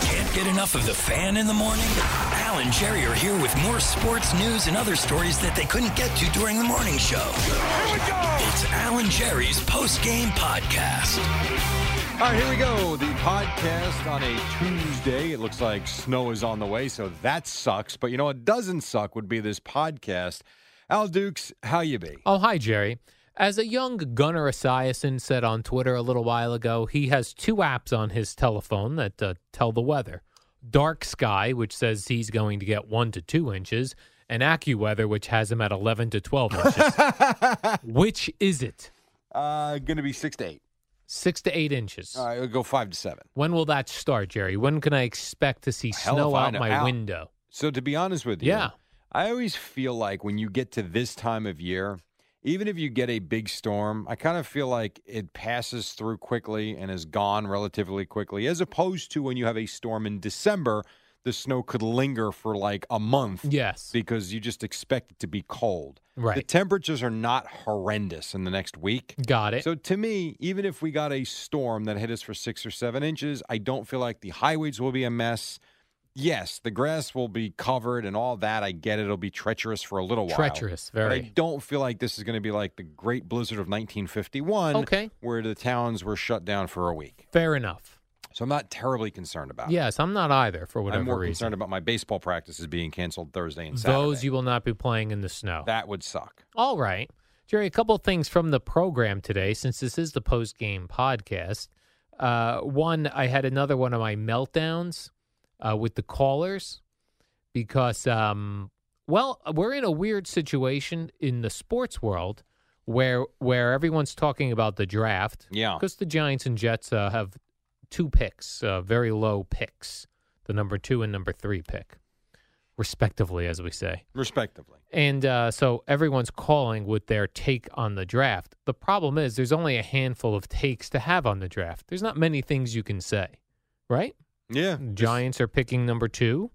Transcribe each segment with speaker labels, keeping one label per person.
Speaker 1: Can't get enough of the fan in the morning? Al and Jerry are here with more sports news and other stories that they couldn't get to during the morning show. Here we go! It's Al and Jerry's post game podcast.
Speaker 2: All right, here we go. The podcast on a Tuesday. It looks like snow is on the way, so that sucks. But you know what doesn't suck would be this podcast. Al Dukes, how you be?
Speaker 3: Oh, hi, Jerry. As a young Gunnar Esiason said on Twitter a little while ago, he has two apps on his telephone that uh, tell the weather Dark Sky, which says he's going to get one to two inches, and AccuWeather, which has him at 11 to 12 inches. which is it?
Speaker 2: Uh, gonna be six to eight.
Speaker 3: Six to eight inches.
Speaker 2: All right, we'll go five to seven.
Speaker 3: When will that start, Jerry? When can I expect to see
Speaker 2: Hell if
Speaker 3: snow
Speaker 2: I
Speaker 3: out
Speaker 2: know.
Speaker 3: my
Speaker 2: Al,
Speaker 3: window?
Speaker 2: So to be honest with you,
Speaker 3: Yeah.
Speaker 2: I always feel like when you get to this time of year, even if you get a big storm, I kind of feel like it passes through quickly and is gone relatively quickly, as opposed to when you have a storm in December, the snow could linger for like a month.
Speaker 3: Yes.
Speaker 2: because you just expect it to be cold. The
Speaker 3: Right.
Speaker 2: temperatures are not horrendous in the next week.
Speaker 3: Got it.
Speaker 2: So to me, even if we got a storm that hit us for six or seven inches, I don't feel like the highways will be a mess. Yes, the grass will be covered and all that. I get it. It'll be treacherous for a little while.
Speaker 3: Treacherous,
Speaker 2: But I
Speaker 3: very.
Speaker 2: don't feel like this is going to be like the Great Blizzard of 1951,
Speaker 3: Okay.
Speaker 2: where the towns were shut down for a week.
Speaker 3: Fair enough.
Speaker 2: So I'm not terribly concerned about it.
Speaker 3: Yes, I'm not either for whatever
Speaker 2: Ah. I'm more
Speaker 3: reason.
Speaker 2: concerned about my baseball practices being canceled Thursday and Saturday.
Speaker 3: Those you will not be playing in the snow.
Speaker 2: that would suck.
Speaker 3: All right. Jerry, a couple of things from the program today, since this is the post game podcast. Uh, one, I had another one of my meltdowns uh, with the callers because, um, well, we're in a weird situation in the sports world where where everyone's talking about the draft.
Speaker 2: Yeah.
Speaker 3: Because the Giants and Jets uh, have two picks, uh, very low picks, the number two and number three pick, respectively, as we say.
Speaker 2: respectively.
Speaker 3: And uh, so everyone's calling with their take on the draft. The problem is there's only a handful of takes to have on the draft. There's not many things you can say, right?
Speaker 2: Yeah,
Speaker 3: Giants are picking number two,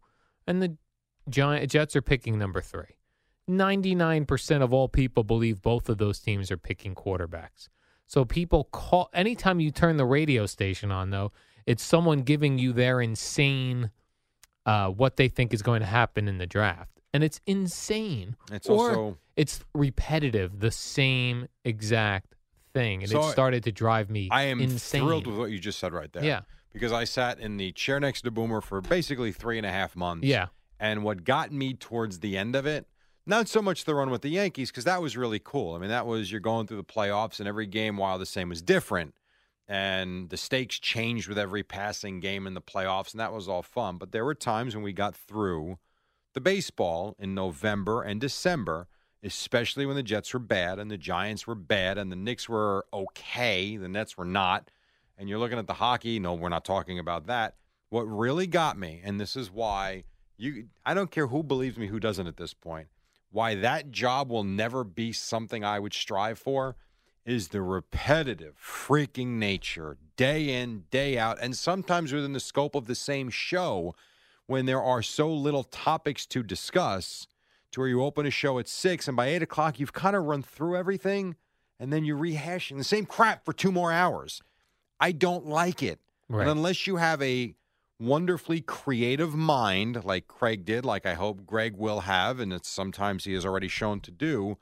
Speaker 3: and the Giant Jets are picking number three. Ninety-nine percent of all people believe both of those teams are picking quarterbacks. So people call anytime you turn the radio station on, though, it's someone giving you their insane uh, what they think is going to happen in the draft, and it's insane.
Speaker 2: It's
Speaker 3: or
Speaker 2: also-
Speaker 3: it's repetitive, the same exact thing, and
Speaker 2: So I-
Speaker 3: it started to drive me.
Speaker 2: I am
Speaker 3: insane.
Speaker 2: thrilled with what you just said right there.
Speaker 3: Yeah.
Speaker 2: because I sat in the chair next to Boomer for basically three and a half months.
Speaker 3: Yeah.
Speaker 2: and what got me towards the end of it, not so much the run with the Yankees because that was really cool. I mean, that was you're going through the playoffs and every game while the same was different, and the stakes changed with every passing game in the playoffs, and that was all fun. But there were times when we got through the baseball in November and December, especially when the Jets were bad and the Giants were bad and the Knicks were okay, the Nets were not. And you're looking at the hockey, no, we're not talking about that. What really got me, and this is why you I don't care who believes me, who doesn't at this point, why that job will never be something I would strive for is the repetitive freaking nature day in, day out, and sometimes within the scope of the same show when there are so little topics to discuss to where you open a show at six and by eight o'clock you've kind of run through everything and then you're rehashing the same crap for two more hours. I don't like it.
Speaker 3: Right.
Speaker 2: And unless you have a wonderfully creative mind like Craig did, like I hope Greg will have, and it's sometimes he has already shown to do,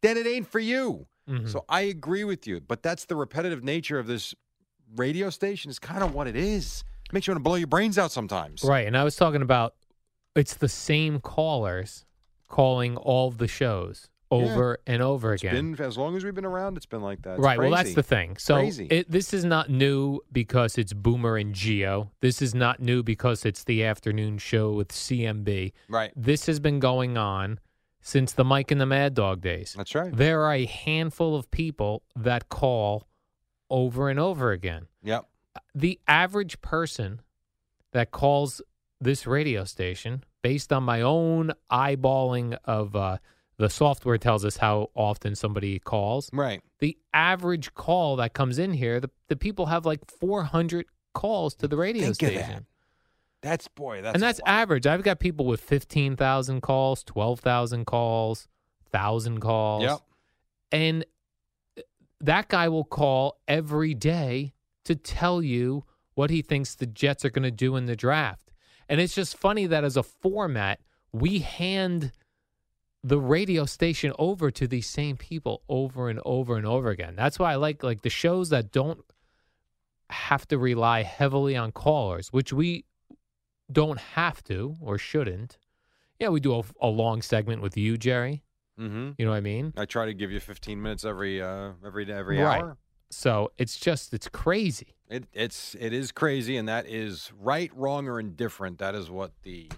Speaker 2: then it ain't for you.
Speaker 3: Mhm.
Speaker 2: So I agree with you, but that's the repetitive nature of this radio station is kind of what it is. makes you want to blow your brains out sometimes.
Speaker 3: Right. And I was talking about it's the same callers calling all the shows. over and over
Speaker 2: It's
Speaker 3: again.
Speaker 2: been as long as we've been around. It's been like that. It's
Speaker 3: right. Well, that's
Speaker 2: crazy.
Speaker 3: the thing. So
Speaker 2: Crazy.
Speaker 3: it, this is not new because it's Boomer and Geo. This is not new because it's the afternoon show with CMB.
Speaker 2: Right.
Speaker 3: This has been going on since the Mike and the Mad Dog days.
Speaker 2: That's right.
Speaker 3: There are a handful of people that call over and over again.
Speaker 2: Yep.
Speaker 3: The average person that calls this radio station, based on my own eyeballing of uh, the software, tells us how often somebody calls.
Speaker 2: Right.
Speaker 3: The average call that comes in here, the, the people have like 400 calls to the radio
Speaker 2: Think of
Speaker 3: station.
Speaker 2: that. That's boy. That's
Speaker 3: and that's
Speaker 2: a lot.
Speaker 3: average. I've got people with 15,000 calls, 12,000 calls, 1,000 calls.
Speaker 2: Yep.
Speaker 3: And uh, that guy will call every day to tell you what he thinks the Jets are going to do in the draft. And it's just funny that as a format, we hand the radio station over to these same people over and over and over again. That's why I like like the shows that don't have to rely heavily on callers, which we don't have to or shouldn't. Yeah, we do a, a long segment with you, Jerry.
Speaker 2: Mm-hmm.
Speaker 3: You know what I mean?
Speaker 2: I try to give you 15 minutes every uh, every day, every
Speaker 3: Right.
Speaker 2: hour.
Speaker 3: So it's just it's crazy.
Speaker 2: It, it's it is crazy, and that is right, wrong, or indifferent. That is what the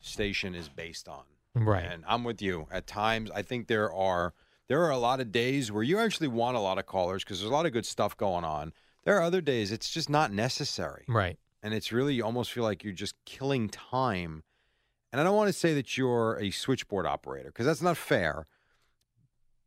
Speaker 2: station is based on.
Speaker 3: Right.
Speaker 2: And I'm with you. At times, I think there are there are a lot of days where you actually want a lot of callers because there's a lot of good stuff going on. There are other days it's just not necessary,
Speaker 3: Right.
Speaker 2: and it's really you almost feel like you're just killing time. And I don't want to say that you're a switchboard operator because that's not fair.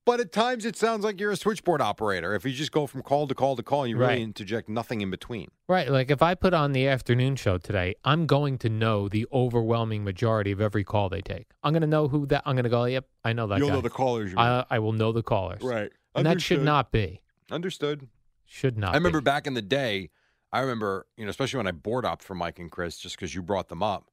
Speaker 2: But at times it sounds like you're a switchboard operator if you just go from call to call to call and you
Speaker 3: Right.
Speaker 2: really interject nothing in between.
Speaker 3: Right. Like if I put on the afternoon show today, I'm going to know the overwhelming majority of every call they take. I'm going to know who that. I'm going to go. Yep, I know that
Speaker 2: You'll
Speaker 3: guy.
Speaker 2: know the callers. You
Speaker 3: I, I will know the callers.
Speaker 2: mean. right.
Speaker 3: And that should
Speaker 2: Understood.
Speaker 3: not be.
Speaker 2: Understood.
Speaker 3: Should not.
Speaker 2: I remember
Speaker 3: Be.
Speaker 2: back in the day, I remember, you know, especially when I board up for Mike and Chris, just because you brought them up.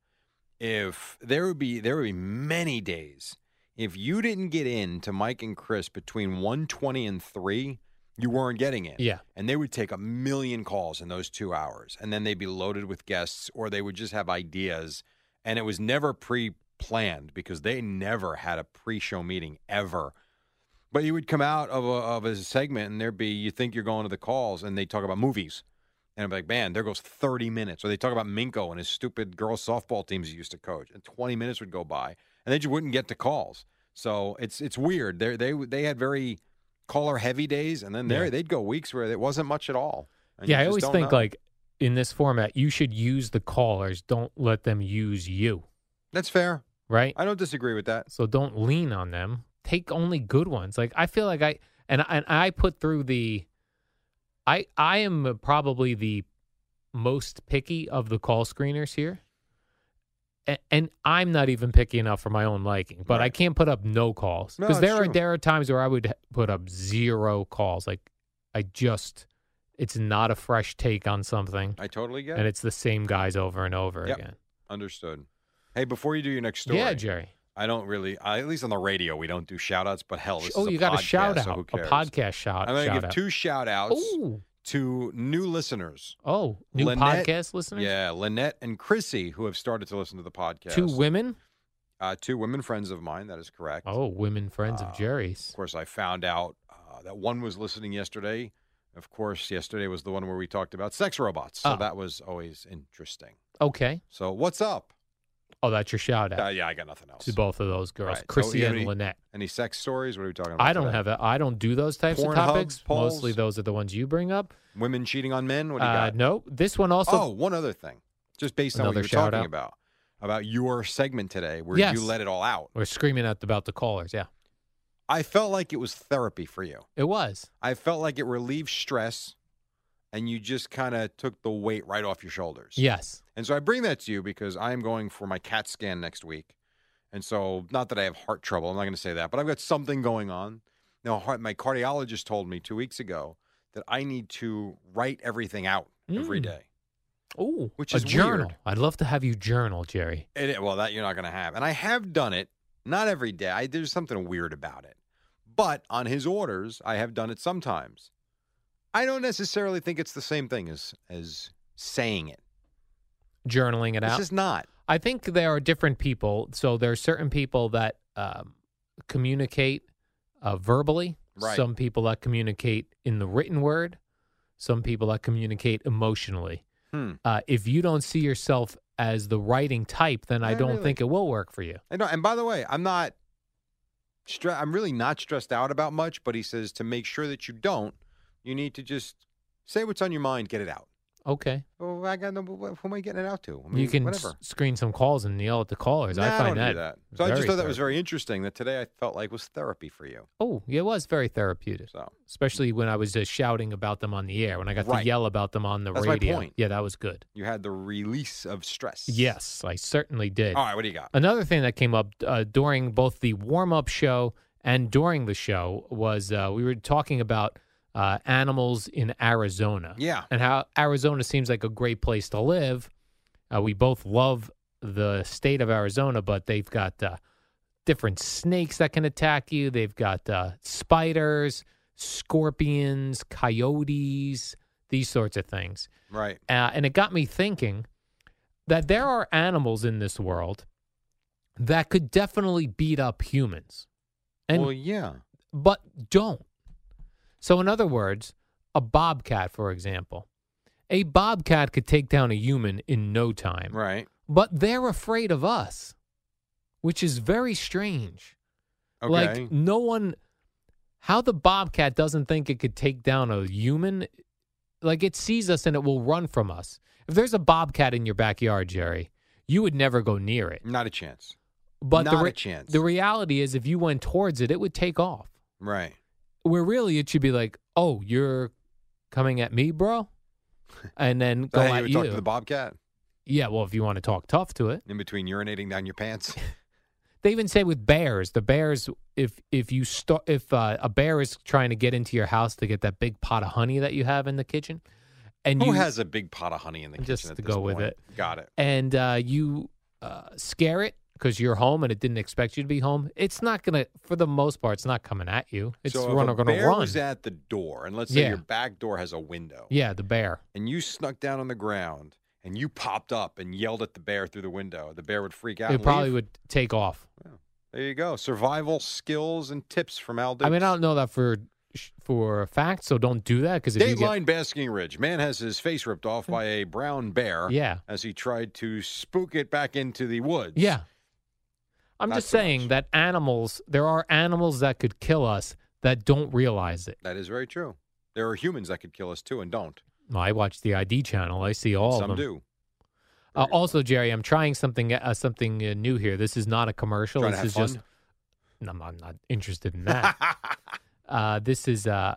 Speaker 2: If there would be there would be many days if you didn't get in to Mike and Chris between one twenty and three, you weren't getting in.
Speaker 3: Yeah.
Speaker 2: And they would take a million calls in those two hours. And then they'd be loaded with guests or they would just have ideas. And it was never pre planned because they never had a pre show meeting ever. But you would come out of a, of a segment and there'd be, you think you're going to the calls and they talk about movies. And I'm like, man, there goes 30 minutes. Or they talk about Minko and his stupid girls softball teams he used to coach. And 20 minutes would go by and they just wouldn't get to calls. So it's it's weird. They they they had very caller heavy days, and then there
Speaker 3: Yeah.
Speaker 2: they'd go weeks where it wasn't much at all. And you
Speaker 3: Yeah, I
Speaker 2: just
Speaker 3: always
Speaker 2: don't
Speaker 3: think
Speaker 2: know.
Speaker 3: like in this format, you should use the callers. Don't let them use you.
Speaker 2: that's fair.
Speaker 3: Right.
Speaker 2: I don't disagree with that.
Speaker 3: So don't lean on them. Take only good ones. Like I feel like I and and I put through the I I am probably the most picky of the call screeners here. A- And I'm not even picky enough for my own liking, but I
Speaker 2: Right.
Speaker 3: can't put up no calls
Speaker 2: No,
Speaker 3: because
Speaker 2: it's
Speaker 3: there are
Speaker 2: true.
Speaker 3: there are times where I would h- put up zero calls. Like I just, it's not a fresh take on something,
Speaker 2: I totally get
Speaker 3: and
Speaker 2: it.
Speaker 3: it's the same guys over and over
Speaker 2: Yep.
Speaker 3: again.
Speaker 2: Understood. Hey, before you do your next story,
Speaker 3: Yeah, Jerry.
Speaker 2: I don't really, I, at least on the radio, we don't do shout outs, but hell, this
Speaker 3: oh,
Speaker 2: is a
Speaker 3: you got a
Speaker 2: podcast,
Speaker 3: shout
Speaker 2: so
Speaker 3: out,
Speaker 2: who
Speaker 3: a
Speaker 2: cares?
Speaker 3: podcast shout.
Speaker 2: I'm going to
Speaker 3: shout
Speaker 2: give
Speaker 3: out.
Speaker 2: two shout outs
Speaker 3: Ooh.
Speaker 2: to new listeners.
Speaker 3: Oh, new
Speaker 2: Lynette-
Speaker 3: podcast listeners?
Speaker 2: Yeah, Lynette and Chrissy, who have started to listen to the podcast.
Speaker 3: Two women?
Speaker 2: uh, two women friends of mine. That is correct.
Speaker 3: Oh, women friends
Speaker 2: Uh,
Speaker 3: of Jerry's.
Speaker 2: Of course, I found out uh, that one was listening yesterday. Of course, yesterday was the one where we talked about sex robots. So
Speaker 3: Oh.
Speaker 2: that was always interesting.
Speaker 3: Okay.
Speaker 2: So, what's up?
Speaker 3: Oh, that's your shout out
Speaker 2: Uh, yeah, I got nothing else.
Speaker 3: to both of those girls,
Speaker 2: Right, so
Speaker 3: Chrissy
Speaker 2: you have
Speaker 3: and
Speaker 2: any
Speaker 3: Lynette.
Speaker 2: Any sex stories? What are we talking about?
Speaker 3: I don't
Speaker 2: today?
Speaker 3: have a, I don't do those types
Speaker 2: Pornhub
Speaker 3: of topics.
Speaker 2: polls?
Speaker 3: Mostly those are the ones you bring up.
Speaker 2: women cheating on men. What do you
Speaker 3: Uh,
Speaker 2: got?
Speaker 3: no, this one also.
Speaker 2: oh, one other thing, just based on what
Speaker 3: Another
Speaker 2: you were talking
Speaker 3: shout-out.
Speaker 2: about about your segment today, where
Speaker 3: Yes.
Speaker 2: you let it all out.
Speaker 3: We're screaming at about the callers. Yeah,
Speaker 2: I felt like it was therapy for you.
Speaker 3: it was.
Speaker 2: I felt like it relieved stress, and you just kind of took the weight right off your shoulders.
Speaker 3: Yes.
Speaker 2: And so I bring that to you because I am going for my CAT scan next week. And so, not that I have heart trouble, I'm not going to say that, but I've got something going on. Now, heart, my cardiologist told me two weeks ago that I need to write everything out every
Speaker 3: Mm.
Speaker 2: day.
Speaker 3: Ooh,
Speaker 2: Which
Speaker 3: a
Speaker 2: is
Speaker 3: journal.
Speaker 2: weird.
Speaker 3: I'd love to have you journal, Jerry.
Speaker 2: It, it- well, that you're not going to have. And I have done it, not every day. I, there's something weird about it. But on his orders, I have done it sometimes. I don't necessarily think it's the same thing as as saying it.
Speaker 3: Journaling it
Speaker 2: It's
Speaker 3: out.
Speaker 2: just not.
Speaker 3: I think there are different people. So there are certain people that um, communicate uh, verbally.
Speaker 2: Right.
Speaker 3: Some people that communicate in the written word. Some people that communicate emotionally.
Speaker 2: Hmm.
Speaker 3: Uh, if you don't see yourself as the writing type, then I
Speaker 2: Not
Speaker 3: don't
Speaker 2: really.
Speaker 3: think it will work for you.
Speaker 2: And, and by the way, I'm not. Stre- I'm really not stressed out about much, but he says to make sure that you don't, you need to just say what's on your mind, get it out.
Speaker 3: Okay.
Speaker 2: Well, I got no. wh- Who am I getting it out to? I
Speaker 3: you
Speaker 2: mean,
Speaker 3: can
Speaker 2: whatever.
Speaker 3: s- screen some calls and yell at the callers.
Speaker 2: Nah,
Speaker 3: I
Speaker 2: I
Speaker 3: find
Speaker 2: don't
Speaker 3: that,
Speaker 2: do that. So I just
Speaker 3: very
Speaker 2: thought that was
Speaker 3: therapeutic.
Speaker 2: very interesting. That today I felt like was therapy for you.
Speaker 3: Oh, yeah, it was very therapeutic,
Speaker 2: So
Speaker 3: especially when I was just shouting about them on the air. When I got
Speaker 2: Right.
Speaker 3: to yell about them on the
Speaker 2: That's my
Speaker 3: radio.
Speaker 2: point.
Speaker 3: Yeah, that was good.
Speaker 2: you had the release of stress.
Speaker 3: Yes, I certainly did.
Speaker 2: All right. What do you got?
Speaker 3: Another thing that came up uh, during both the warm up show and during the show was uh, we were talking about uh, animals in Arizona.
Speaker 2: Yeah.
Speaker 3: And how Arizona seems like a great place to live. Uh, we both love the state of Arizona, but they've got uh, different snakes that can attack you, they've got uh, spiders, scorpions, coyotes, these sorts of things
Speaker 2: Right.
Speaker 3: uh, and it got me thinking that there are animals in this world that could definitely beat up humans, and
Speaker 2: well, yeah.
Speaker 3: but don't. So, in other words, a bobcat, for example, a bobcat could take down a human in no time,
Speaker 2: Right.
Speaker 3: but they're afraid of us, which is very strange.
Speaker 2: Okay.
Speaker 3: Like no one, how the bobcat doesn't think it could take down a human, like it sees us and it will run from us. If there's a bobcat in your backyard, Jerry, you would never go near it.
Speaker 2: Not a chance.
Speaker 3: But the
Speaker 2: Not
Speaker 3: re-
Speaker 2: a chance.
Speaker 3: The reality is, if you went towards it, it would take off.
Speaker 2: Right.
Speaker 3: Where really it should be like, oh, you're coming at me, bro, and then
Speaker 2: So
Speaker 3: go
Speaker 2: hey, you
Speaker 3: at
Speaker 2: would
Speaker 3: you.
Speaker 2: talk to the bobcat
Speaker 3: yeah, well, if you want to talk tough to it,
Speaker 2: in between urinating down your pants.
Speaker 3: they even say with bears the bears if if you start if uh, a bear is trying to get into your house to get that big pot of honey that you have in the kitchen and
Speaker 2: Who
Speaker 3: you
Speaker 2: has a big pot of honey in the kitchen
Speaker 3: Just
Speaker 2: at
Speaker 3: to
Speaker 2: this
Speaker 3: go with
Speaker 2: point?
Speaker 3: it.
Speaker 2: Got it.
Speaker 3: and uh, you uh, scare it because you're home and it didn't expect you to be home it's not gonna for the most part it's not coming at you it's
Speaker 2: so
Speaker 3: run,
Speaker 2: if a
Speaker 3: gonna
Speaker 2: bear
Speaker 3: run
Speaker 2: was at the door, and let's say
Speaker 3: Yeah.
Speaker 2: your back door has a window,
Speaker 3: yeah the bear
Speaker 2: and you snuck down on the ground and you popped up and yelled at the bear through the window, the bear would freak out.
Speaker 3: it
Speaker 2: and
Speaker 3: probably
Speaker 2: leave.
Speaker 3: would take off
Speaker 2: There you go. Survival skills and tips from Al.
Speaker 3: i mean
Speaker 2: Dukes.
Speaker 3: i don't know that for for a fact so don't do that because if you get
Speaker 2: Dateline Basking Ridge. Man has his face ripped off by a brown bear.
Speaker 3: Yeah.
Speaker 2: As he tried to spook it back into the woods.
Speaker 3: Yeah. I'm
Speaker 2: Not
Speaker 3: just
Speaker 2: so
Speaker 3: saying
Speaker 2: much.
Speaker 3: that animals, there are animals that could kill us that don't realize it.
Speaker 2: That is very true. There are humans that could kill us too and don't.
Speaker 3: I watch the ID channel. I see all
Speaker 2: Some
Speaker 3: of them.
Speaker 2: do.
Speaker 3: Uh, also, Jerry, I'm trying something uh, something uh, new here. This is not a commercial.
Speaker 2: Trying to
Speaker 3: this is
Speaker 2: have
Speaker 3: just. No, I'm, not- I'm not interested in that. uh, this is. Uh,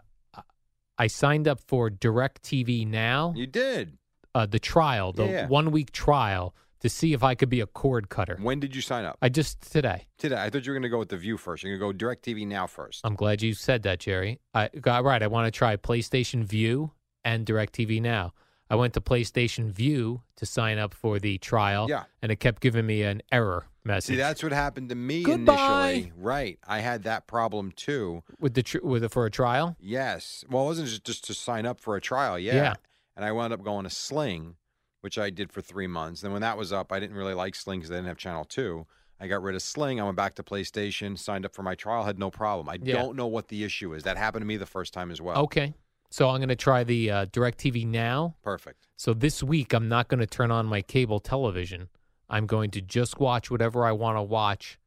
Speaker 3: I signed up for DirecTV Now,
Speaker 2: You did.
Speaker 3: uh, the trial, the
Speaker 2: Yeah.
Speaker 3: one week trial to see if I could be a cord cutter.
Speaker 2: When did you sign up?
Speaker 3: I just today.
Speaker 2: Today. I thought you were going to go with the view first. You're going to go direct TV now first.
Speaker 3: I'm glad you said that, Jerry. I got right. I want to try PlayStation View and DirecTV Now. I went to PlayStation View to sign up for the trial,
Speaker 2: Yeah.
Speaker 3: and it kept giving me an error message.
Speaker 2: See, that's what happened to me
Speaker 3: Goodbye.
Speaker 2: initially. Right. I had that problem too.
Speaker 3: with the tr- with the, for a trial.
Speaker 2: Yes. Well, it wasn't just, just to sign up for a trial. Yeah.
Speaker 3: Yeah.
Speaker 2: And I wound up going to Sling, which I did for three months. Then when that was up, I didn't really like Sling because I didn't have Channel 2. I got rid of Sling. I went back to PlayStation, signed up for my trial, had no problem. I
Speaker 3: Yeah. Oh.
Speaker 2: don't know what the issue is. That happened to me the first time as well.
Speaker 3: Okay, so I'm going to try the uh, DirecTV Now.
Speaker 2: Perfect.
Speaker 3: So this week, I'm not going to turn on my cable television. I'm going to just watch whatever I want to watch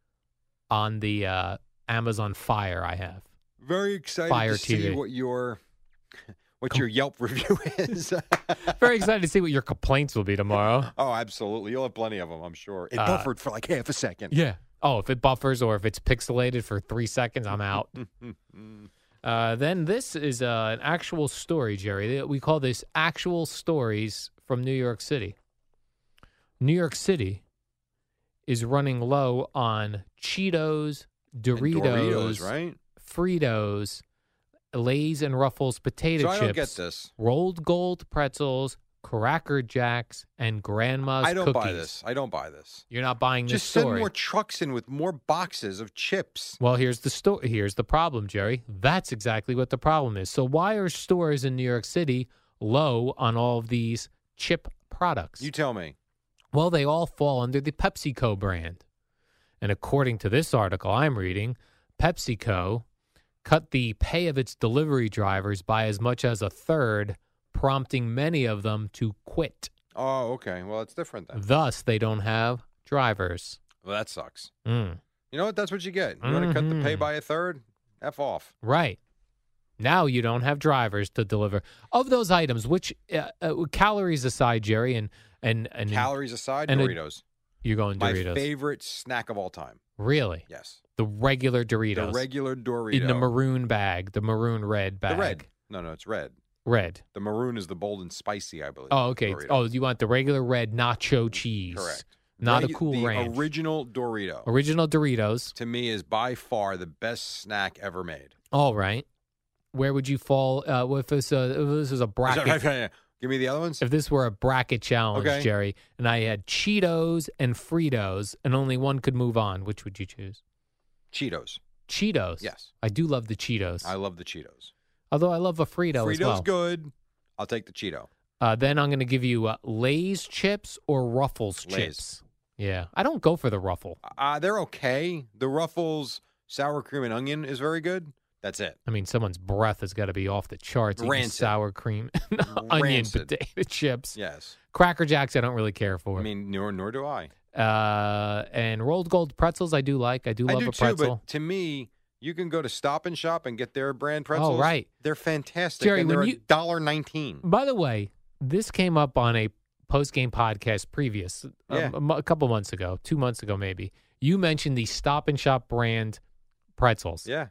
Speaker 3: on the uh, Amazon Fire I have.
Speaker 2: Very excited
Speaker 3: Fire
Speaker 2: to see
Speaker 3: TV.
Speaker 2: what your what your Yelp review is.
Speaker 3: Very excited to see what your complaints will be tomorrow.
Speaker 2: oh, absolutely. You'll have plenty of them, I'm sure. It
Speaker 3: Uh,
Speaker 2: buffered for like half a second.
Speaker 3: Yeah. Oh, if it buffers or if it's pixelated for three seconds, I'm out. uh, then this is uh, an actual story, Jerry. We call this actual stories from New York City. New York City is running low on Cheetos,
Speaker 2: And
Speaker 3: Doritos,
Speaker 2: Doritos, right?
Speaker 3: Fritos, Lay's and Ruffles potato
Speaker 2: so
Speaker 3: chips,
Speaker 2: I don't get this.
Speaker 3: rolled gold pretzels, Cracker Jacks, and Grandma's
Speaker 2: I don't
Speaker 3: cookies.
Speaker 2: buy this. I don't buy this.
Speaker 3: You're not buying this
Speaker 2: Just
Speaker 3: story.
Speaker 2: send more trucks in with more boxes of chips.
Speaker 3: Well, here's the sto- here's the problem, Jerry. That's exactly what the problem is. So why are stores in New York City low on all of these chip products?
Speaker 2: You tell me.
Speaker 3: well, they all fall under the PepsiCo brand. And according to this article I'm reading, PepsiCo cut the pay of its delivery drivers by as much as a third, prompting many of them to quit.
Speaker 2: Oh, okay. Well, it's different then.
Speaker 3: Thus, they don't have drivers.
Speaker 2: Well, that sucks.
Speaker 3: Mm,
Speaker 2: You know what? That's what you get. You want to cut the pay
Speaker 3: Mhm.
Speaker 2: by a third? F off.
Speaker 3: right. Now you don't have drivers to deliver. Of those items, which uh, uh, calories aside, Jerry, and and and
Speaker 2: Calories aside,
Speaker 3: and a-
Speaker 2: Doritos.
Speaker 3: you're going
Speaker 2: My
Speaker 3: Doritos.
Speaker 2: favorite snack of all time.
Speaker 3: really,
Speaker 2: Yes.
Speaker 3: the regular Doritos
Speaker 2: The regular Dorito.
Speaker 3: in the maroon bag, the maroon red
Speaker 2: The
Speaker 3: bag,
Speaker 2: red. No, no, it's red.
Speaker 3: red.
Speaker 2: The maroon is the bold and spicy, I believe.
Speaker 3: Oh, okay.
Speaker 2: Dorito.
Speaker 3: Oh, you want the regular red nacho cheese?
Speaker 2: correct.
Speaker 3: Not a
Speaker 2: Regu-
Speaker 3: cool
Speaker 2: the
Speaker 3: ranch.
Speaker 2: original Dorito
Speaker 3: Original Doritos.
Speaker 2: to me is by far the best snack ever made.
Speaker 3: All right. Where would you fall uh, if this uh, if this was a bracket?
Speaker 2: Give me the other ones.
Speaker 3: If this were a bracket challenge,
Speaker 2: Okay.
Speaker 3: Jerry, and I had Cheetos and Fritos, and only one could move on, which would you choose?
Speaker 2: Cheetos.
Speaker 3: Cheetos.
Speaker 2: Yes.
Speaker 3: I do love the Cheetos.
Speaker 2: I love the Cheetos.
Speaker 3: Although I love a Frito
Speaker 2: Frito's
Speaker 3: as well.
Speaker 2: good. I'll take the Cheeto.
Speaker 3: Uh, then I'm going to give you uh, Lay's chips or Ruffles
Speaker 2: Lay's.
Speaker 3: chips. Yeah, I don't go for the Ruffle.
Speaker 2: Uh, they're okay. The Ruffles sour cream and onion is very good. That's it.
Speaker 3: I mean, someone's breath has got to be off the charts. eating
Speaker 2: Rancid.
Speaker 3: Sour cream, and onion,
Speaker 2: Rancid.
Speaker 3: potato chips,
Speaker 2: Yes.
Speaker 3: Cracker Jacks. I don't really care for.
Speaker 2: I mean, nor nor do I.
Speaker 3: Uh, and rolled gold pretzels, I do like. I do
Speaker 2: I
Speaker 3: love
Speaker 2: do
Speaker 3: a
Speaker 2: too,
Speaker 3: pretzel.
Speaker 2: but to me, you can go to Stop and Shop and get their brand pretzels.
Speaker 3: Oh, right.
Speaker 2: They're fantastic.
Speaker 3: Jerry,
Speaker 2: and they're
Speaker 3: when
Speaker 2: a
Speaker 3: you-
Speaker 2: dollar nineteen.
Speaker 3: By the way, this came up on a post game podcast previous um,
Speaker 2: Yeah.
Speaker 3: a mo- a couple months ago, two months ago maybe. You mentioned the Stop and Shop brand pretzels.
Speaker 2: Yeah.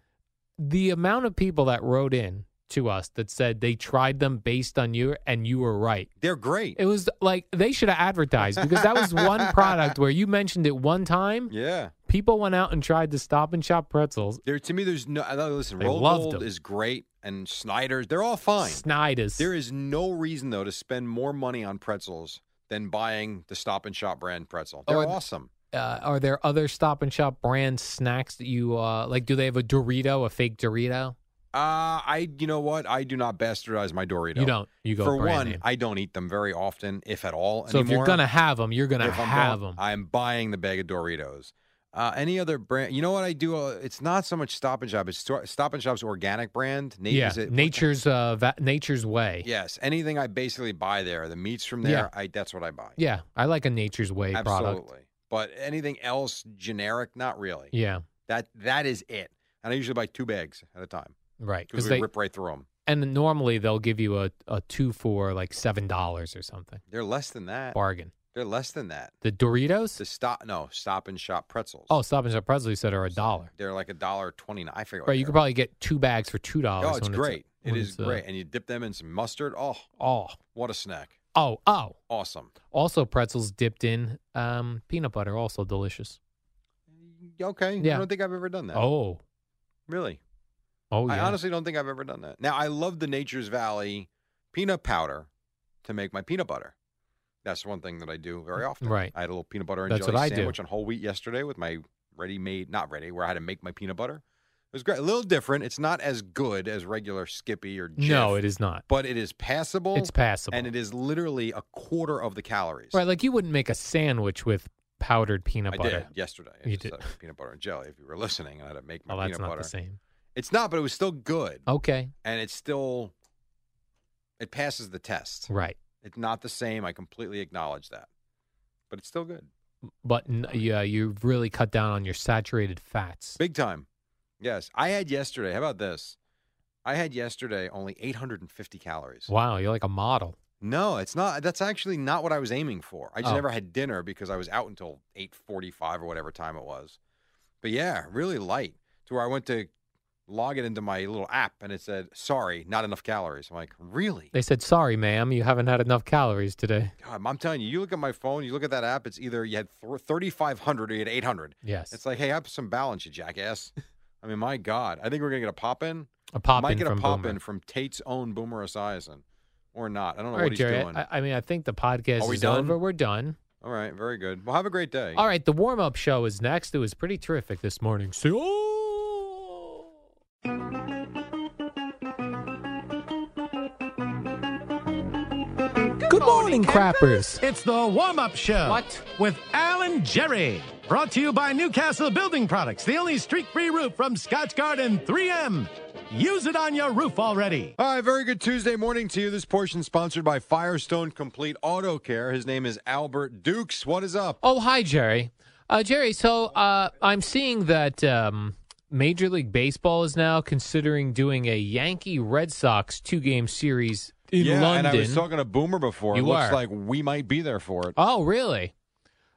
Speaker 3: The amount of people that wrote in to us that said they tried them based on you, and you were right.
Speaker 2: They're great.
Speaker 3: It was like they should have advertised because that was one product where you mentioned it one time.
Speaker 2: Yeah.
Speaker 3: People went out and tried the Stop and Shop pretzels.
Speaker 2: There to me, there's no. I know- Listen,
Speaker 3: They
Speaker 2: Roll
Speaker 3: loved
Speaker 2: Gold
Speaker 3: them.
Speaker 2: is great, and Snyder's. They're all fine.
Speaker 3: Snyder's.
Speaker 2: There is no reason though to spend more money on pretzels than buying the Stop and Shop brand pretzel. They're
Speaker 3: Oh, and-
Speaker 2: awesome.
Speaker 3: uh, are there other Stop and Shop brand snacks that you uh, like? Do they have a Dorito, a fake Dorito?
Speaker 2: Uh, I you know what? I do not bastardize my Dorito.
Speaker 3: You don't. You go
Speaker 2: For
Speaker 3: brand
Speaker 2: one,
Speaker 3: name.
Speaker 2: I don't eat them very often, if at all.
Speaker 3: so if you're
Speaker 2: anymore.
Speaker 3: gonna have them, you're gonna
Speaker 2: If I'm
Speaker 3: have
Speaker 2: going-
Speaker 3: them.
Speaker 2: I'm buying the bag of Doritos. Uh, any other brand? You know what I do? Uh, it's not so much Stop and Shop. It's Stor- Stop and Shop's organic brand. Na-
Speaker 3: yeah,
Speaker 2: is it-
Speaker 3: nature's uh, va- nature's way.
Speaker 2: Yes, anything I basically buy there, the meats from
Speaker 3: Yeah.
Speaker 2: there, I that's what I buy.
Speaker 3: Yeah, I like a nature's way
Speaker 2: absolutely.
Speaker 3: product.
Speaker 2: But anything else generic, not really.
Speaker 3: Yeah,
Speaker 2: That that is it. And I usually buy two bags at a time
Speaker 3: right.
Speaker 2: because
Speaker 3: Because
Speaker 2: we
Speaker 3: they
Speaker 2: rip right through them.
Speaker 3: and then normally they'll give you a, a two for like seven dollars or something.
Speaker 2: They're less than that.
Speaker 3: Bargain.
Speaker 2: They're less than that.
Speaker 3: The Doritos.
Speaker 2: The stop, no, Stop and Shop pretzels.
Speaker 3: oh, Stop and Shop pretzels you said are a dollar.
Speaker 2: they're like a dollar twenty nine. I forget. what
Speaker 3: Right, you
Speaker 2: they
Speaker 3: could
Speaker 2: are.
Speaker 3: probably get two bags for two dollars.
Speaker 2: Oh, it's great. It is great,
Speaker 3: Uh,
Speaker 2: and you dip them in some mustard. Oh,
Speaker 3: oh,
Speaker 2: what a snack!
Speaker 3: oh, oh.
Speaker 2: Awesome.
Speaker 3: Also, pretzels dipped in um, peanut butter, also delicious.
Speaker 2: Okay,
Speaker 3: Yeah.
Speaker 2: I don't think I've ever done that.
Speaker 3: Oh,
Speaker 2: really?
Speaker 3: oh,
Speaker 2: I
Speaker 3: yeah.
Speaker 2: honestly don't think I've ever done that. Now I love the Nature's Valley peanut powder to make my peanut butter. That's one thing that I do very often.
Speaker 3: Right.
Speaker 2: I had a little peanut butter and
Speaker 3: That's
Speaker 2: jelly
Speaker 3: what I do.
Speaker 2: sandwich on whole wheat yesterday with my ready-made, not ready, where I had to make my peanut butter. It was great. A little different. It's not as good as regular Skippy or Jif,
Speaker 3: no, it is not.
Speaker 2: but it is passable.
Speaker 3: It's passable.
Speaker 2: and it is literally a quarter of the calories.
Speaker 3: right, like you wouldn't make a sandwich with powdered peanut
Speaker 2: I
Speaker 3: butter.
Speaker 2: did yesterday. I
Speaker 3: You
Speaker 2: just
Speaker 3: did.
Speaker 2: had peanut butter and jelly. If you were listening, I had to make my
Speaker 3: Well, that's
Speaker 2: peanut
Speaker 3: not
Speaker 2: butter.
Speaker 3: the same.
Speaker 2: It's not, but it was still good,
Speaker 3: Okay,
Speaker 2: and it's still it passes the test.
Speaker 3: right,
Speaker 2: It's not the same. I completely acknowledge that, but it's still good,
Speaker 3: but n- yeah, you really cut down on your saturated fats.
Speaker 2: big time. Yes, I had yesterday. How about this? I had yesterday only 850 calories.
Speaker 3: Wow, you're like a model.
Speaker 2: No, it's not. That's actually not what I was aiming for. I just
Speaker 3: Oh.
Speaker 2: never had dinner because I was out until eight forty-five or whatever time it was. But yeah, really light. To where I went to log it into my little app and it said, "Sorry, not enough calories." I'm like, "Really?"
Speaker 3: They said, "Sorry, ma'am, you haven't had enough calories today."
Speaker 2: God, I'm telling you. You look at my phone. You look at that app. It's either you had th- thirty-five hundred or you had eight hundred.
Speaker 3: Yes,
Speaker 2: It's like, hey, up some balance, you jackass. I mean, my God, I think we're gonna get a pop in.
Speaker 3: a pop
Speaker 2: Might
Speaker 3: in
Speaker 2: get
Speaker 3: from
Speaker 2: a pop
Speaker 3: Boomer.
Speaker 2: in from Tate's own Boomer Esiason, or not. I don't know
Speaker 3: All
Speaker 2: what
Speaker 3: right,
Speaker 2: he's
Speaker 3: Jerry.
Speaker 2: doing.
Speaker 3: I, I mean, I think the podcast
Speaker 2: Are we
Speaker 3: is
Speaker 2: done?
Speaker 3: over. We're done.
Speaker 2: All right, very good. Well, have a great day.
Speaker 3: All right, the warm up show is next. It was pretty terrific this morning. So. Good morning, crappers.
Speaker 4: It's the warm up show.
Speaker 3: What?
Speaker 4: With Alan Jerry. Brought to you by Newcastle Building Products, the only streak free roof from Scotch Garden 3M. Use it on your roof already.
Speaker 2: All right, very good Tuesday morning to you. This portion sponsored by Firestone Complete Auto Care. His name is Albert Dukes. What is up?
Speaker 3: Oh, hi, Jerry. Uh, Jerry, so uh, I'm seeing that um, Major League Baseball is now considering doing a Yankee Red Sox two game series in
Speaker 2: yeah,
Speaker 3: London.
Speaker 2: and I was talking to Boomer before.
Speaker 3: You
Speaker 2: it looks
Speaker 3: are.
Speaker 2: like we might be there for it.
Speaker 3: oh, really?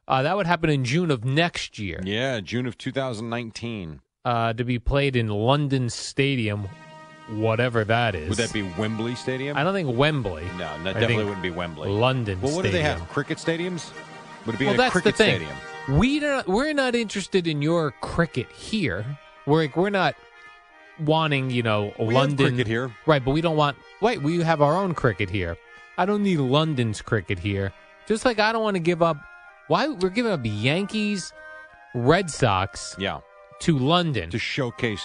Speaker 3: Uh, that would happen in June of next year
Speaker 2: Yeah, June of 2019.
Speaker 3: uh, to be played in London Stadium, whatever that is.
Speaker 2: Would that be Wembley Stadium?
Speaker 3: I don't think Wembley.
Speaker 2: no, that
Speaker 3: I
Speaker 2: definitely
Speaker 3: think
Speaker 2: wouldn't be Wembley.
Speaker 3: London
Speaker 2: Well, what do they
Speaker 3: Stadium.
Speaker 2: have? Cricket stadiums? Would it be
Speaker 3: well,
Speaker 2: at a
Speaker 3: that's
Speaker 2: cricket
Speaker 3: the thing.
Speaker 2: stadium?
Speaker 3: We don't. We're not interested in your cricket here. We're we're not wanting you know
Speaker 2: have
Speaker 3: London
Speaker 2: cricket here.
Speaker 3: right? But we don't want. Wait, we have our own cricket here. I don't need London's cricket here. Just like I don't want to give up. Why we're giving up Yankees, Red Sox
Speaker 2: Yeah,
Speaker 3: to London?
Speaker 2: to showcase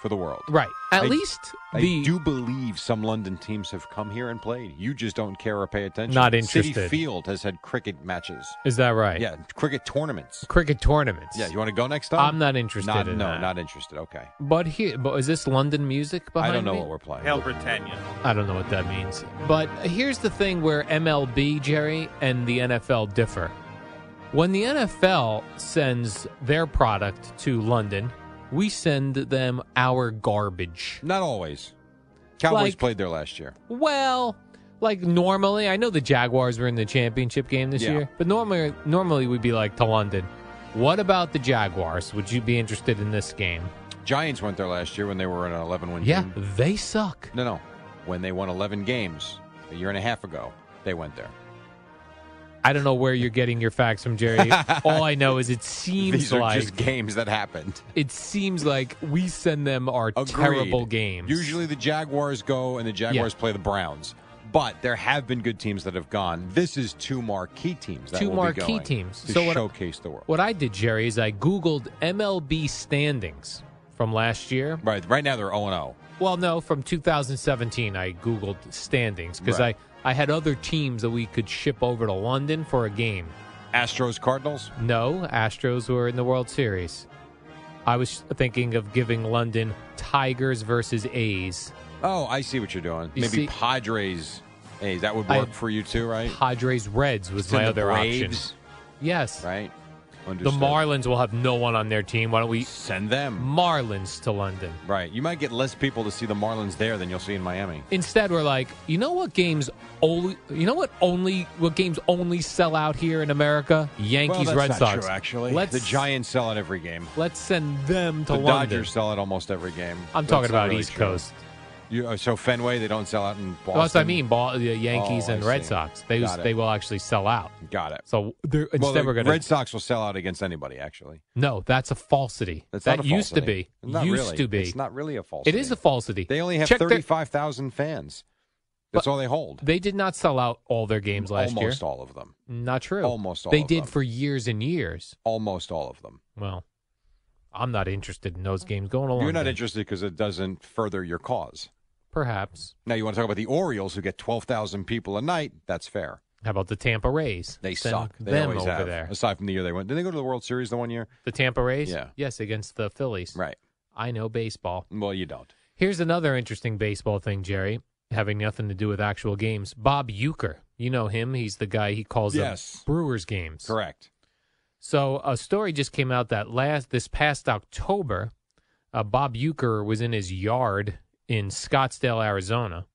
Speaker 2: for the world.
Speaker 3: right. At
Speaker 2: I-
Speaker 3: least
Speaker 2: I
Speaker 3: the
Speaker 2: do believe some London teams have come here and played. You just don't care or pay attention.
Speaker 3: Not
Speaker 2: City
Speaker 3: interested.
Speaker 2: Field has had cricket matches.
Speaker 3: is that right?
Speaker 2: Yeah, cricket tournaments.
Speaker 3: Cricket tournaments.
Speaker 2: Yeah, you want to go next time?
Speaker 3: I'm not interested
Speaker 2: Not,
Speaker 3: in
Speaker 2: no,
Speaker 3: that.
Speaker 2: not interested. Okay.
Speaker 3: But here, but is this London music behind
Speaker 2: I don't know
Speaker 3: me?
Speaker 2: what we're playing.
Speaker 3: I don't know what that means. But here's the thing where MLB, Jerry, and the NFL differ. When the NFL sends their product to London, we send them our garbage.
Speaker 2: Not always. Cowboys
Speaker 3: Like-
Speaker 2: played there last year.
Speaker 3: Well, like normally, I know the Jaguars were in the championship game this
Speaker 2: Yeah.
Speaker 3: year, but normally normally we'd be like to London. What about the Jaguars? Would you be interested in this game?
Speaker 2: Giants went there last year when they were in an 11 win
Speaker 3: Yeah,
Speaker 2: team.
Speaker 3: they suck.
Speaker 2: No, no. When they won 11 games a year and a half ago, they went there.
Speaker 3: I don't know where you're getting your facts from, Jerry. All I know is it seems
Speaker 2: These are
Speaker 3: like
Speaker 2: just games that happened.
Speaker 3: it seems like we send them our
Speaker 2: Agreed.
Speaker 3: terrible games.
Speaker 2: Usually the Jaguars go and the Jaguars play the Browns. But there have been good teams that have gone. This is two marquee teams that
Speaker 3: Two
Speaker 2: will
Speaker 3: marquee
Speaker 2: be going
Speaker 3: teams.
Speaker 2: to
Speaker 3: So what-
Speaker 2: showcase the world.
Speaker 3: what I did, Jerry, is I Googled MLB standings from last year.
Speaker 2: right, right now they're 0 0.
Speaker 3: Well, no, from 2017, I Googled standings because
Speaker 2: Right.
Speaker 3: I, I had other teams that we could ship over to London for a game.
Speaker 2: Astros Cardinals.
Speaker 3: No, Astros were in the World Series. I was thinking of giving London Tigers versus A's,
Speaker 2: Oh, I see what you're doing.
Speaker 3: You
Speaker 2: Maybe
Speaker 3: see-
Speaker 2: Padres. Hey, that would
Speaker 3: I-
Speaker 2: work for you too, right?
Speaker 3: Padres Reds was
Speaker 2: It's in
Speaker 3: my
Speaker 2: the
Speaker 3: other
Speaker 2: Braves,
Speaker 3: option. Yes,
Speaker 2: right?
Speaker 3: the
Speaker 2: Understood.
Speaker 3: Marlins will have no one on their team. Why don't we
Speaker 2: Send them.
Speaker 3: Marlins to London.
Speaker 2: Right. You might get less people to see the Marlins there than you'll see in Miami.
Speaker 3: Instead, we're like, you know what games only, you know what only, what games only sell out here in America? Yankees,
Speaker 2: well, that's
Speaker 3: Red
Speaker 2: not
Speaker 3: Sox.
Speaker 2: True, actually,
Speaker 3: let's
Speaker 2: the Giants sell out every game.
Speaker 3: Let's send them to
Speaker 2: The
Speaker 3: London.
Speaker 2: Dodgers sell out almost every game.
Speaker 3: I'm
Speaker 2: That's
Speaker 3: talking
Speaker 2: not
Speaker 3: about
Speaker 2: really
Speaker 3: East
Speaker 2: true.
Speaker 3: Coast.
Speaker 2: You, uh, so Fenway, they don't sell out in Boston.
Speaker 3: Well, that's what I mean. Ball, the Yankees
Speaker 2: Oh, I
Speaker 3: and Red
Speaker 2: see.
Speaker 3: Sox. They
Speaker 2: Got it.
Speaker 3: they will actually sell out.
Speaker 2: Got it.
Speaker 3: So they're, instead,
Speaker 2: well, the
Speaker 3: we're gonna
Speaker 2: Red Sox will sell out against anybody. Actually,
Speaker 3: no. That's a falsity.
Speaker 2: that's
Speaker 3: that
Speaker 2: not a
Speaker 3: used
Speaker 2: falsity.
Speaker 3: to be.
Speaker 2: Not
Speaker 3: used
Speaker 2: really.
Speaker 3: to be.
Speaker 2: It's not really a false.
Speaker 3: It is a falsity.
Speaker 2: They only have
Speaker 3: Check their-
Speaker 2: thirty-five thousand fans. That's all they hold.
Speaker 3: They did not sell out all their games last year.
Speaker 2: almost all of them.
Speaker 3: Not true.
Speaker 2: Almost all
Speaker 3: They
Speaker 2: of
Speaker 3: did
Speaker 2: them.
Speaker 3: for years and years.
Speaker 2: Almost all of them.
Speaker 3: Well, I'm not interested in those games going along.
Speaker 2: You're not interested because it doesn't further your cause.
Speaker 3: Perhaps.
Speaker 2: Now you want to talk about the Orioles who get twelve thousand people a night. That's fair.
Speaker 3: How about the Tampa Rays?
Speaker 2: They
Speaker 3: Send
Speaker 2: suck. They
Speaker 3: them
Speaker 2: always
Speaker 3: over
Speaker 2: have.
Speaker 3: there.
Speaker 2: Aside from the year they went, did they go to the World Series the one year?
Speaker 3: The Tampa Rays?
Speaker 2: Yeah.
Speaker 3: Yes, against the Phillies.
Speaker 2: Right.
Speaker 3: I know baseball.
Speaker 2: Well, you don't.
Speaker 3: Here's another interesting baseball thing, Jerry, having nothing to do with actual games. Bob Euchre. You know him. He's the guy he calls the
Speaker 2: Yes.
Speaker 3: Brewers games.
Speaker 2: Correct.
Speaker 3: So a story just came out that last this past October, uh, Bob Euchre was in his yard in Scottsdale, Arizona,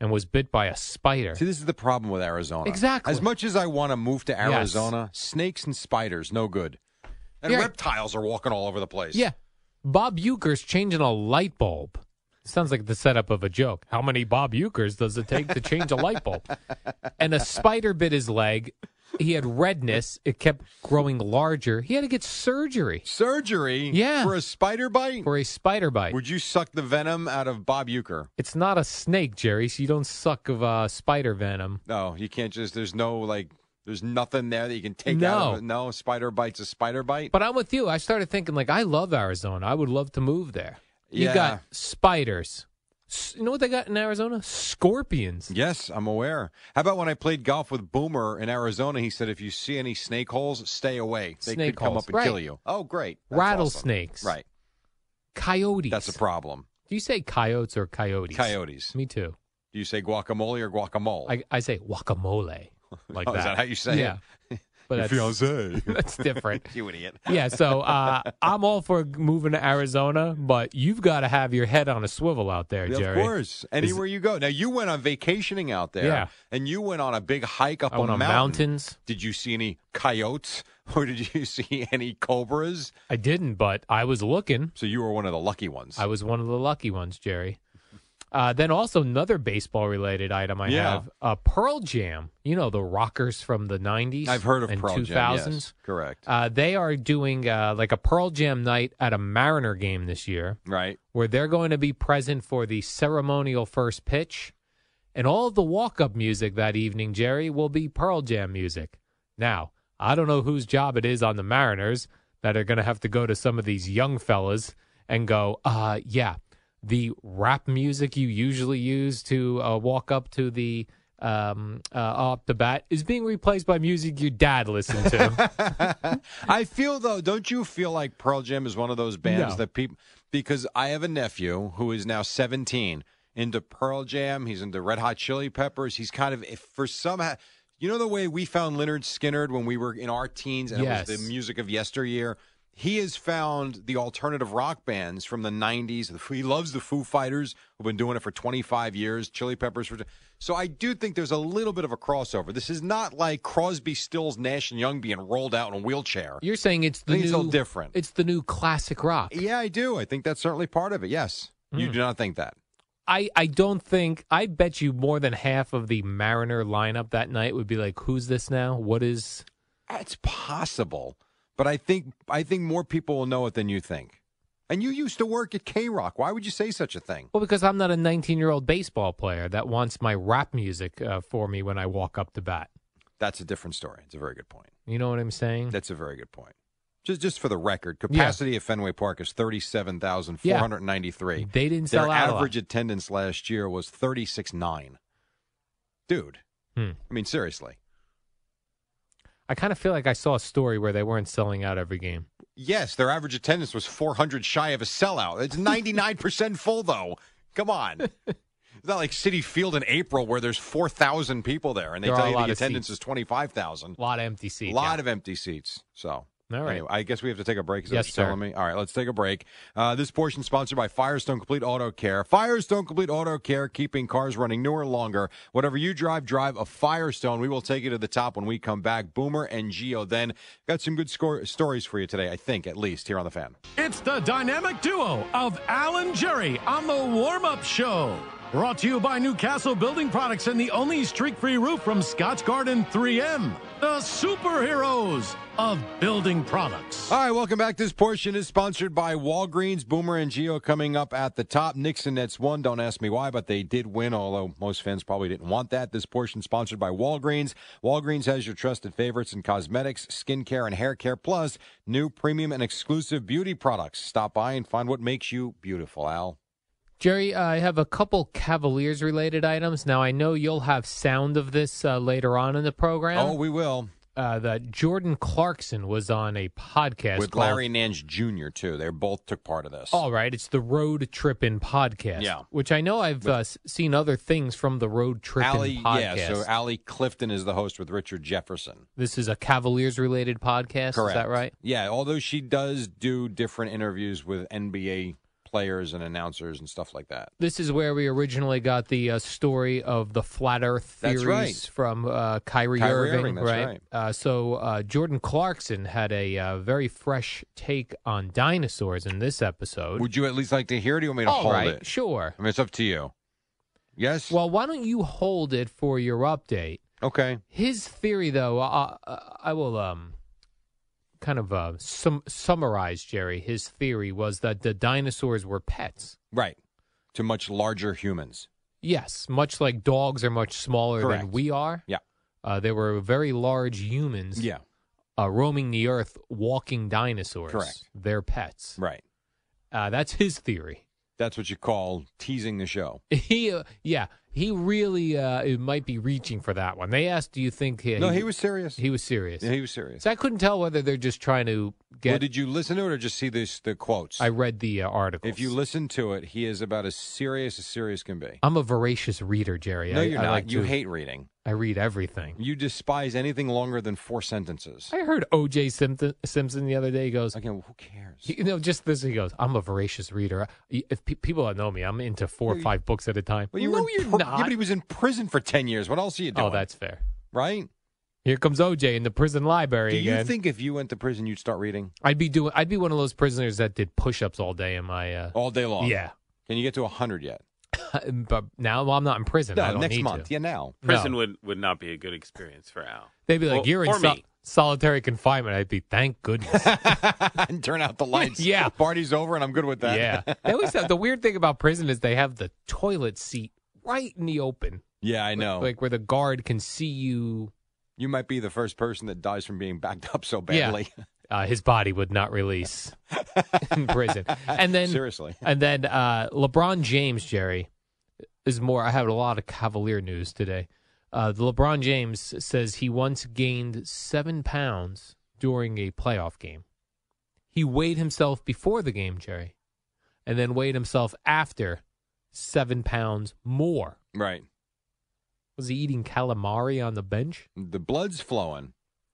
Speaker 3: and was bit by a spider.
Speaker 2: See, this is the problem with Arizona.
Speaker 3: Exactly.
Speaker 2: As much as I want to move to
Speaker 3: Yes.
Speaker 2: Arizona, snakes and spiders, no good. And
Speaker 3: Yeah.
Speaker 2: reptiles are walking all over the place.
Speaker 3: Yeah, Bob Euchre's changing a light bulb. Sounds like the setup of a joke. How many Bob Euchres does it take to change a light bulb? And a spider bit his leg. He had redness. It kept growing larger. He had to get surgery
Speaker 2: Surgery
Speaker 3: Yeah.
Speaker 2: for a spider bite?
Speaker 3: for a spider bite.
Speaker 2: Would you suck the venom out of Bob Euchre?
Speaker 3: It's not a snake, Jerry. So you don't suck of uh, spider venom.
Speaker 2: No, you can't just, there's no like, there's nothing there that you can take out of it. No, spider bite's a spider bite.
Speaker 3: But I'm with you. I started thinking like I love Arizona. I would love to move there. You
Speaker 2: Yeah.
Speaker 3: got spiders. S- You know what they got in Arizona? Scorpions.
Speaker 2: Yes, I'm aware. How about when I played golf with Boomer in Arizona? He said, if you see any snake holes, stay away. They
Speaker 3: Snake
Speaker 2: could come
Speaker 3: holes,
Speaker 2: up and
Speaker 3: right.
Speaker 2: kill you. Oh, great. That's awesome.
Speaker 3: Rattlesnakes.
Speaker 2: Right.
Speaker 3: Coyotes.
Speaker 2: That's a problem.
Speaker 3: Do you say coyotes or coyotes?
Speaker 2: Coyotes.
Speaker 3: Me too.
Speaker 2: Do you say guacamole or guacamole?
Speaker 3: I, I say guacamole like
Speaker 2: Oh,
Speaker 3: that.
Speaker 2: is that how you say it?
Speaker 3: yeah. But
Speaker 2: Your
Speaker 3: that's,
Speaker 2: fiance.
Speaker 3: that's different.
Speaker 2: you idiot.
Speaker 3: Yeah, so uh, I'm all for moving to Arizona, but you've got to have your head on a swivel out there,
Speaker 2: Yeah,
Speaker 3: Jerry.
Speaker 2: Of course. Anywhere you go. Now you went on vacationing out there.
Speaker 3: Yeah.
Speaker 2: And you went on a big hike up
Speaker 3: I
Speaker 2: on
Speaker 3: went
Speaker 2: a
Speaker 3: on
Speaker 2: mountain.
Speaker 3: mountains.
Speaker 2: Did you see any coyotes or did you see any cobras?
Speaker 3: I didn't, but I was looking.
Speaker 2: So you were one of the lucky ones.
Speaker 3: I was one of the lucky ones, Jerry. Uh, then also another baseball related item I
Speaker 2: Yeah.
Speaker 3: have uh, Pearl Jam. You know the rockers from the '90s.
Speaker 2: have heard of
Speaker 3: and
Speaker 2: Pearl
Speaker 3: 2000s.
Speaker 2: Jam. Yes. Correct.
Speaker 3: Uh, they are doing uh, like a Pearl Jam night at a Mariner game this year,
Speaker 2: right.
Speaker 3: where they're going to be present for the ceremonial first pitch, and all of the walk-up music that evening, Jerry, will be Pearl Jam music. Now, I don't know whose job it is on the Mariners that are going to have to go to some of these young fellas and go, uh, yeah, the rap music you usually use to uh, walk up to the um, uh, off the bat is being replaced by music your dad listened to.
Speaker 2: I feel though, don't you feel like Pearl Jam is one of those bands
Speaker 3: No.
Speaker 2: that people because I have a nephew who is now 17 into Pearl Jam, he's into Red Hot Chili Peppers, he's kind of if for some you know the way we found Leonard Skinner when we were in our teens and it was
Speaker 3: Yes.
Speaker 2: the music of yesteryear. He has found the alternative rock bands from the 90s. The- He loves the Foo Fighters, who've been doing it for 25 years, Chili Peppers. For, so I do think there's a little bit of a crossover. This is not like Crosby, Stills, Nash, and Young being rolled out in a wheelchair.
Speaker 3: You're saying it's the
Speaker 2: I think it's a
Speaker 3: new
Speaker 2: little different.
Speaker 3: It's the new classic rock.
Speaker 2: Yeah, I do. I think that's certainly part of it. Yes.
Speaker 3: Mm.
Speaker 2: You do not think that.
Speaker 3: I I don't think I bet you more than half of the Mariner lineup that night would be like, who's this now? What is?
Speaker 2: It's possible, but I think I think more people will know it than you think. And you used to work at K Rock. Why would you say such a thing?
Speaker 3: Well, because I'm not a 19 year old baseball player that wants my rap music uh, for me when I walk up to bat.
Speaker 2: That's a different story. It's a very good point.
Speaker 3: You know what I'm saying?
Speaker 2: That's a very good point. Just just for the record, capacity at Fenway Park is thirty seven thousand four hundred ninety three.
Speaker 3: They didn't
Speaker 2: Their
Speaker 3: sell out. Mm-hmm. a lot.
Speaker 2: average attendance last year was thirty six nine. Dude,
Speaker 3: Hmm.
Speaker 2: I mean seriously.
Speaker 3: I kind of feel like I saw a story where they weren't selling out every game.
Speaker 2: Yes, their average attendance was 400 shy of a sellout. It's 99% full, though. Come on. It's not like City Field in April where there's 4,000 people there and they
Speaker 3: There are
Speaker 2: tell
Speaker 3: a
Speaker 2: you
Speaker 3: lot
Speaker 2: the
Speaker 3: of
Speaker 2: attendance
Speaker 3: seats.
Speaker 2: is 25,000.
Speaker 3: A lot of empty seats.
Speaker 2: A lot of empty seats. So.
Speaker 3: All right.
Speaker 2: Anyway, I guess we have to take a break. Is that
Speaker 3: Yes,
Speaker 2: what you're telling
Speaker 3: sir.
Speaker 2: me? All right, let's take a break. Uh, this portion sponsored by Firestone Complete Auto Care. Firestone Complete Auto Care, keeping cars running newer, longer. Whatever you drive, drive a Firestone. We will take you to the top when we come back. Boomer and Geo. Then got some good score- stories for you today, I think, at least here on the fan.
Speaker 4: It's the dynamic duo of Alan Jerry on the warm up show. Brought to you by Newcastle Building Products and the only streak free roof from Scotch Garden 3M, the superheroes of building products.
Speaker 2: All
Speaker 5: Uh,
Speaker 2: right, welcome back. This portion is sponsored by Walgreens. Boomer and Geo coming up at the top. Knicks and Nets won. Don't ask me why, but they did win, although most fans probably didn't want that. This portion sponsored by Walgreens. Walgreens has your trusted favorites in cosmetics, skincare, and hair care, plus new premium and exclusive beauty products. Stop by and find what makes you beautiful, Al.
Speaker 3: Jerry, uh, I have a couple Cavaliers related items. Now, I know you'll have sound of this uh, later on in the program.
Speaker 2: Oh, we will.
Speaker 3: uh, that Jordan Clarkson was on a podcast
Speaker 2: With
Speaker 3: called-
Speaker 2: Larry Nance Jr., too. They both took part of this.
Speaker 3: All right, it's the Road Trippin' podcast.
Speaker 2: Yeah.
Speaker 3: which I know I've uh, s- seen other things from the Road Trippin'
Speaker 2: Allie,
Speaker 3: podcast.
Speaker 2: yeah, so Allie Clifton is the host with Richard Jefferson.
Speaker 3: this is a Cavaliers related podcast. Is that right?
Speaker 2: Yeah, although she does do different interviews with NBA players and announcers and stuff like that.
Speaker 3: This is where we originally got the uh, story of the flat Earth
Speaker 2: That's
Speaker 3: theories
Speaker 2: right.
Speaker 3: from uh, Kyrie,
Speaker 2: Kyrie Irving, that's
Speaker 3: right?
Speaker 2: right.
Speaker 3: Uh, so uh, Jordan Clarkson had a uh, very fresh take on dinosaurs in this episode.
Speaker 2: Would you at least like to hear it? Or do you want me to
Speaker 3: All
Speaker 2: hold
Speaker 3: right,
Speaker 2: it?
Speaker 3: sure.
Speaker 2: I mean, it's up to you. Yes.
Speaker 3: Well, why don't you hold it for your update?
Speaker 2: okay.
Speaker 3: His theory, though, uh, uh, I will um, kind of uh, sum- summarize, Jerry. His theory was that the dinosaurs were pets.
Speaker 2: Right. To much larger humans.
Speaker 3: Yes, much like dogs are much smaller
Speaker 2: Correct.
Speaker 3: than we are.
Speaker 2: Yeah.
Speaker 3: Uh, they were very large humans
Speaker 2: Yeah.
Speaker 3: uh, roaming the earth, walking dinosaurs.
Speaker 2: Correct.
Speaker 3: Their pets.
Speaker 2: Right.
Speaker 3: Uh, that's his theory.
Speaker 2: That's what you call teasing the show.
Speaker 3: He, uh, yeah, He really uh, it might be reaching for that one. They asked, "Do you think he?"
Speaker 2: no, he was serious.
Speaker 3: He was serious.
Speaker 2: Yeah, he was serious.
Speaker 3: so I couldn't tell whether they're just trying to get.
Speaker 2: Well, did you listen to it or just see this the quotes?
Speaker 3: I read the uh, article.
Speaker 2: if you listen to it, he is about as serious as serious can be.
Speaker 3: I'm a voracious reader, Jerry.
Speaker 2: no,
Speaker 3: I,
Speaker 2: you're
Speaker 3: I
Speaker 2: not.
Speaker 3: like
Speaker 2: you
Speaker 3: to-
Speaker 2: hate reading.
Speaker 3: I read everything.
Speaker 2: You despise anything longer than four sentences.
Speaker 3: I heard O.J. Simpson, Simpson the other day. He goes,
Speaker 2: Again, who cares?
Speaker 3: you know, just this. He goes, I'm a voracious reader. I- If pe- people that know me, I'm into four or five books at a time.
Speaker 2: Well, you were
Speaker 3: no,
Speaker 2: in
Speaker 3: you're
Speaker 2: pri-
Speaker 3: not.
Speaker 2: Yeah, but he was in prison for ten years. What else are you doing?
Speaker 3: oh, that's fair.
Speaker 2: right.
Speaker 3: Here comes O.J. in the prison library
Speaker 2: Do you
Speaker 3: again.
Speaker 2: think if you went to prison, you'd start reading
Speaker 3: I'd be doing. I'd be one of those prisoners that did push-ups all day in my. Uh,
Speaker 2: all day long?
Speaker 3: yeah,
Speaker 2: Can you get to hundred yet?
Speaker 3: but now well, I'm not in prison. I
Speaker 2: no,
Speaker 3: don't
Speaker 2: next
Speaker 3: need
Speaker 2: month.
Speaker 3: to.
Speaker 2: Yeah, now.
Speaker 3: No.
Speaker 5: Prison would, would not be a good experience for Al.
Speaker 3: They'd be like,
Speaker 5: Or-
Speaker 3: "You're in
Speaker 5: or
Speaker 3: sol-
Speaker 5: me.
Speaker 3: solitary confinement." I'd be, "Thank goodness."
Speaker 2: and turn out the lights.
Speaker 3: Yeah.
Speaker 2: party's over, and I'm good with that.
Speaker 3: yeah. They always have the weird thing about prison is they have the toilet seat right in the open,
Speaker 2: yeah, I know.
Speaker 3: like where the guard can see you.
Speaker 2: you might be the first person that dies from being backed up so badly.
Speaker 3: Uh, his body would not release in prison, and then
Speaker 2: Seriously.
Speaker 3: and then uh, LeBron James, Jerry, is more. I have a lot of Cavalier news today. Uh, the LeBron James says he once gained seven pounds during a playoff game. He weighed himself before the game, Jerry, and then weighed himself after seven pounds more.
Speaker 2: Right.
Speaker 3: Was he eating calamari on the bench?
Speaker 2: The blood's flowing.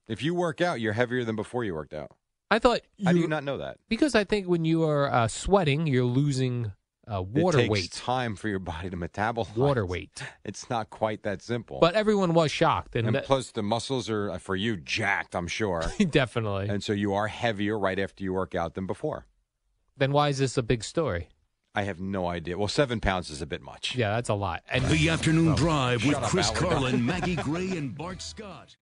Speaker 2: If you work out, you're heavier than before you worked out.
Speaker 3: I thought you,
Speaker 2: How do you not know that?
Speaker 3: because I think when you are uh, sweating, you're losing uh, water
Speaker 2: it takes
Speaker 3: weight.
Speaker 2: time for your body to metabolize.
Speaker 3: Water weight.
Speaker 2: It's not quite that simple.
Speaker 3: But everyone was shocked, and,
Speaker 2: and
Speaker 3: that-
Speaker 2: plus, the muscles are uh, for you jacked, I'm sure.
Speaker 3: definitely.
Speaker 2: and so you are heavier right after you work out than before.
Speaker 3: then why is this a big story?
Speaker 2: I have no idea. Well, seven pounds is a bit much.
Speaker 3: Yeah, that's a lot. And
Speaker 4: The afternoon drive with
Speaker 2: Shut up,
Speaker 4: Chris
Speaker 2: Al, we're done.
Speaker 4: Carlin, Maggie Gray, and Bart Scott.